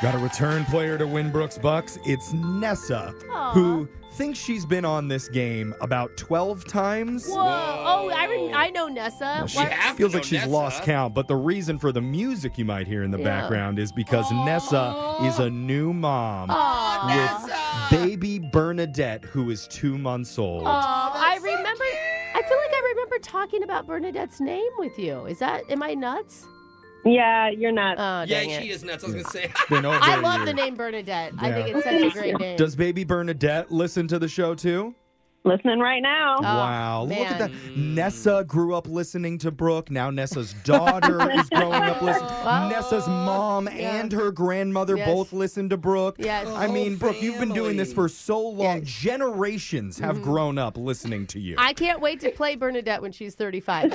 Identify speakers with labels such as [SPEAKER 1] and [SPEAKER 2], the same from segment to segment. [SPEAKER 1] Got a return player to win Brooks Bucks. It's Nessa,
[SPEAKER 2] Aw.
[SPEAKER 1] who thinks she's been on this game about 12 times.
[SPEAKER 2] Whoa! Oh, I rem- I know Nessa.
[SPEAKER 1] She
[SPEAKER 2] What-
[SPEAKER 1] feels like she's lost count, but the reason for the music you might hear in the
[SPEAKER 2] Yeah.
[SPEAKER 1] background is because Nessa is a new mom with baby Bernadette, who is two months old.
[SPEAKER 2] Oh, I remember. I feel like I remember talking about Bernadette's name with you. Is that? Am I nuts?
[SPEAKER 3] Yeah, you're not.
[SPEAKER 2] Oh,
[SPEAKER 4] Yeah,
[SPEAKER 2] dang
[SPEAKER 4] she
[SPEAKER 2] it.
[SPEAKER 4] is nuts. I was gonna say.
[SPEAKER 1] Been over
[SPEAKER 2] I
[SPEAKER 1] a
[SPEAKER 2] love
[SPEAKER 1] year.
[SPEAKER 2] the name Bernadette. I
[SPEAKER 1] Yeah.
[SPEAKER 2] think it's such a great name.
[SPEAKER 1] Does baby Bernadette listen to the show too?
[SPEAKER 3] Listening right now.
[SPEAKER 2] Oh,
[SPEAKER 1] wow. Look at that.
[SPEAKER 4] man.
[SPEAKER 1] Nessa grew up listening to Brooke. Now Nessa's daughter is growing up listening.
[SPEAKER 2] Wow.
[SPEAKER 1] Nessa's mom
[SPEAKER 2] Yeah.
[SPEAKER 1] and her grandmother
[SPEAKER 2] Yes.
[SPEAKER 1] both listen to Brooke.
[SPEAKER 2] Yes.
[SPEAKER 1] I mean, Brooke, you've been doing this for so long.
[SPEAKER 2] Yes. Mm-hmm.
[SPEAKER 1] Generations have grown up listening to you.
[SPEAKER 2] I can't wait to play Bernadette when she's 35.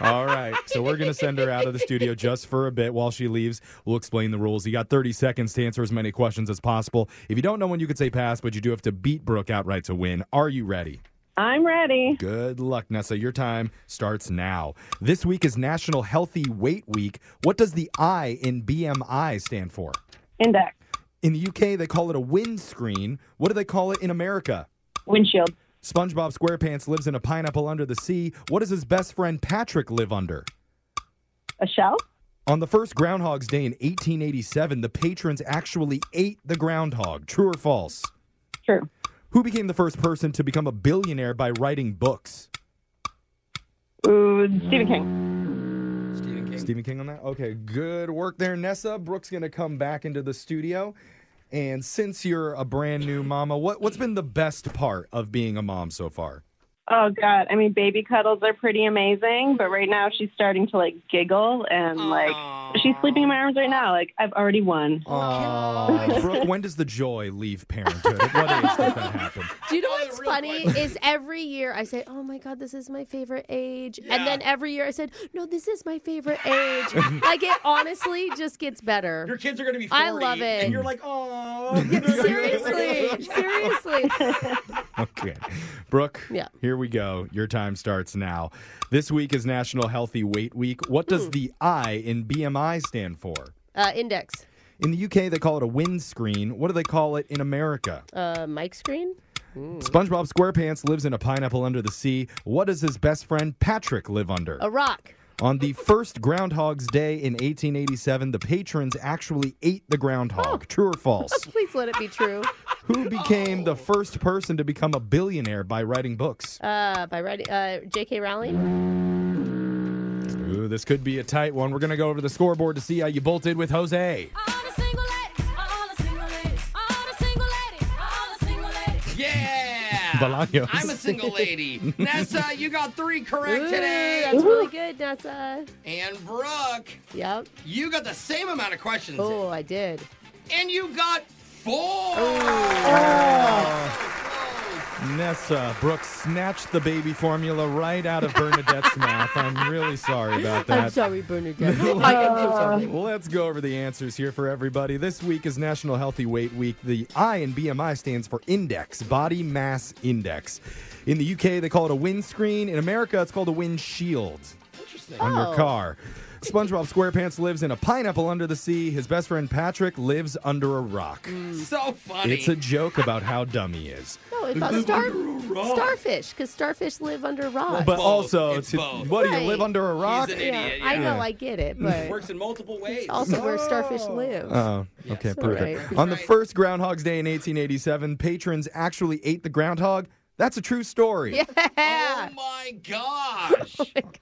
[SPEAKER 1] All right. So we're going to send her out of the studio just for a bit while she leaves. We'll explain the rules. You got 30 seconds to answer as many questions as possible. If you don't know when you could say pass, but you do have to beat Brooke outright to win. Are you ready?
[SPEAKER 3] I'm ready.
[SPEAKER 1] Good luck, Nessa. Your time starts now. This week is National Healthy Weight Week. What does the I in BMI stand for?
[SPEAKER 3] Index.
[SPEAKER 1] In the UK, they call it a windscreen. What do they call it in America?
[SPEAKER 3] Windshield.
[SPEAKER 1] SpongeBob SquarePants lives in a pineapple under the sea. What does his best friend Patrick live under?
[SPEAKER 3] A shell.
[SPEAKER 1] On the first Groundhog's Day in 1887, the patrons actually ate the groundhog. True or false?
[SPEAKER 3] True.
[SPEAKER 1] Who became the first person to become a billionaire by writing books?
[SPEAKER 3] Ooh, Stephen King.
[SPEAKER 4] Stephen King.
[SPEAKER 1] Stephen King on that? Okay, good work there, Nessa. Brooke's going to come back into the studio. And since you're a brand new mama, what, what's been the best part of being a mom so far?
[SPEAKER 3] Oh God. I mean, baby cuddles are pretty amazing, but right now she's starting to like giggle and like she's sleeping in my arms right now. Like I've already won.
[SPEAKER 1] Aw, Brooke, when does the joy leave parenthood? At what age does that happen?
[SPEAKER 2] Do you know what's funny is every year I say, "Oh my God, this is my favorite age," and then every year I said, "No, this is my favorite age." like it honestly just gets better.
[SPEAKER 4] Your kids are gonna be 40.
[SPEAKER 2] I love it.
[SPEAKER 4] And you're like, oh.
[SPEAKER 2] seriously, seriously.
[SPEAKER 1] Okay. Brooke,
[SPEAKER 2] Yeah.
[SPEAKER 1] here we go. Your time starts now. This week is National Healthy Weight Week. What does the I in BMI stand for?
[SPEAKER 2] Uh, index,
[SPEAKER 1] In the UK, they call it a windscreen. What do they call it in America?
[SPEAKER 2] uh, mic screen,
[SPEAKER 1] SpongeBob SquarePants lives in a pineapple under the sea. What does his best friend Patrick live under?
[SPEAKER 2] a rock.
[SPEAKER 1] On the first Groundhog's Day in 1887, the patrons actually ate the
[SPEAKER 2] Oh.
[SPEAKER 1] groundhog. True or false?
[SPEAKER 2] Please let it be true.
[SPEAKER 1] Who became the first person to become a billionaire by writing books?
[SPEAKER 2] Uh, by writing uh, J.K. Rowling.
[SPEAKER 1] Ooh, this could be a tight one. We're going to go over the scoreboard to see how you bolted with Jose.
[SPEAKER 5] On a
[SPEAKER 4] Yeah.
[SPEAKER 1] Bolaños.
[SPEAKER 4] I'm a single lady. Nessa, you got three correct
[SPEAKER 2] Ooh,
[SPEAKER 4] today.
[SPEAKER 2] That's really good, Nessa.
[SPEAKER 4] And Brooke,
[SPEAKER 2] Yep.
[SPEAKER 4] you got the same amount of questions.
[SPEAKER 2] Oh, I did.
[SPEAKER 4] And you got four. Oh.
[SPEAKER 1] Nessa Brooks snatched the baby formula right out of Bernadette's mouth. I'm really sorry about that.
[SPEAKER 2] I'm sorry, Bernadette. I am so sorry.
[SPEAKER 1] Let's go over the answers here for everybody. This week is National Healthy Weight Week. The I in BMI stands for index, body mass index. In the UK, they call it a windscreen. In America, it's called a windshield
[SPEAKER 4] Interesting.
[SPEAKER 1] on
[SPEAKER 2] Oh.
[SPEAKER 1] your car. SpongeBob SquarePants lives in a pineapple under the sea. His best friend Patrick lives under a rock.
[SPEAKER 4] So funny.
[SPEAKER 1] It's a joke about how dumb he is.
[SPEAKER 2] Mm. No, it's about star, starfish, because starfish live under rocks.
[SPEAKER 1] But
[SPEAKER 4] Both.
[SPEAKER 1] also,
[SPEAKER 4] It's
[SPEAKER 1] to-
[SPEAKER 4] both.
[SPEAKER 1] what do
[SPEAKER 2] Right.
[SPEAKER 1] you live under a rock?
[SPEAKER 4] He's an
[SPEAKER 2] yeah,
[SPEAKER 4] idiot.
[SPEAKER 2] I
[SPEAKER 4] yeah.
[SPEAKER 2] know, I get it, but
[SPEAKER 4] Works in multiple ways.
[SPEAKER 2] it's also where starfish live.
[SPEAKER 1] Oh, okay, perfect.
[SPEAKER 2] Right.
[SPEAKER 1] On the
[SPEAKER 4] Right.
[SPEAKER 1] first Groundhog's Day in 1887, patrons actually ate the groundhog. That's a true story.
[SPEAKER 4] oh my gosh.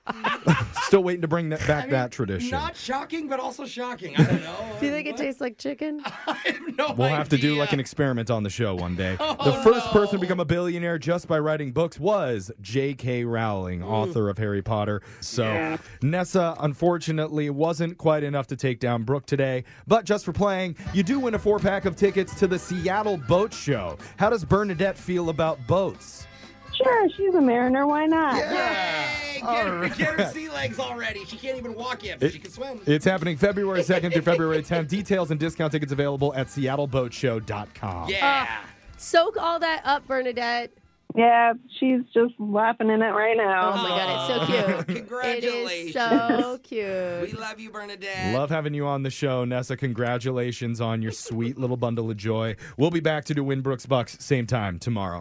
[SPEAKER 2] Oh
[SPEAKER 1] Still waiting to bring that, back that tradition.
[SPEAKER 4] Not shocking, but also shocking. I don't know.
[SPEAKER 2] Do you think it tastes like chicken?
[SPEAKER 4] I have no
[SPEAKER 1] We'll have to do like an
[SPEAKER 4] idea. Oh,
[SPEAKER 1] experiment on the show one day. the first person to become a billionaire just by writing books was J.K. Rowling,
[SPEAKER 4] Mm.
[SPEAKER 1] author of Harry Potter. So Nessa, unfortunately, wasn't quite enough to take down Brooke today. But just for playing, you do win a four pack of tickets to the Seattle Boat Show. How does Bernadette feel about boats?
[SPEAKER 3] Sure, she's a mariner. Why not?
[SPEAKER 4] Hey, get, her, get her sea legs already. She can't even walk yet, but she can swim.
[SPEAKER 1] It's happening February 2nd through February 10th. Details and discount tickets available at seattleboatshow.com.
[SPEAKER 2] Ah.
[SPEAKER 4] yeah.
[SPEAKER 2] Soak all that up, Bernadette.
[SPEAKER 3] Yeah, she's just laughing in it right now.
[SPEAKER 2] Oh my god, it's so cute. It is
[SPEAKER 4] Congratulations.
[SPEAKER 2] so
[SPEAKER 4] we
[SPEAKER 2] cute.
[SPEAKER 4] love you, Bernadette.
[SPEAKER 1] Love having you on the show, Nessa. Congratulations on your sweet little bundle of joy. We'll be back to do Win Brooks Bucks same time tomorrow.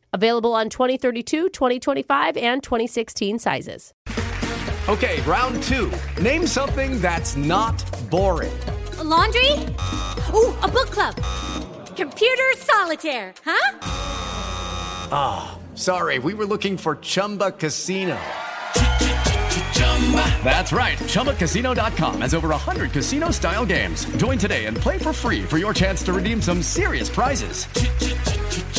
[SPEAKER 2] Available on 2032, 2025, and 2016 sizes.
[SPEAKER 6] Okay, round two. Name something that's not boring.
[SPEAKER 5] A laundry? Ooh, a book club. Computer solitaire, huh?
[SPEAKER 6] Sorry, we were looking for Chumba Casino. That's right. ChumbaCasino.com has over 100 casino style games. Join today and play for free for your chance to redeem some serious prizes.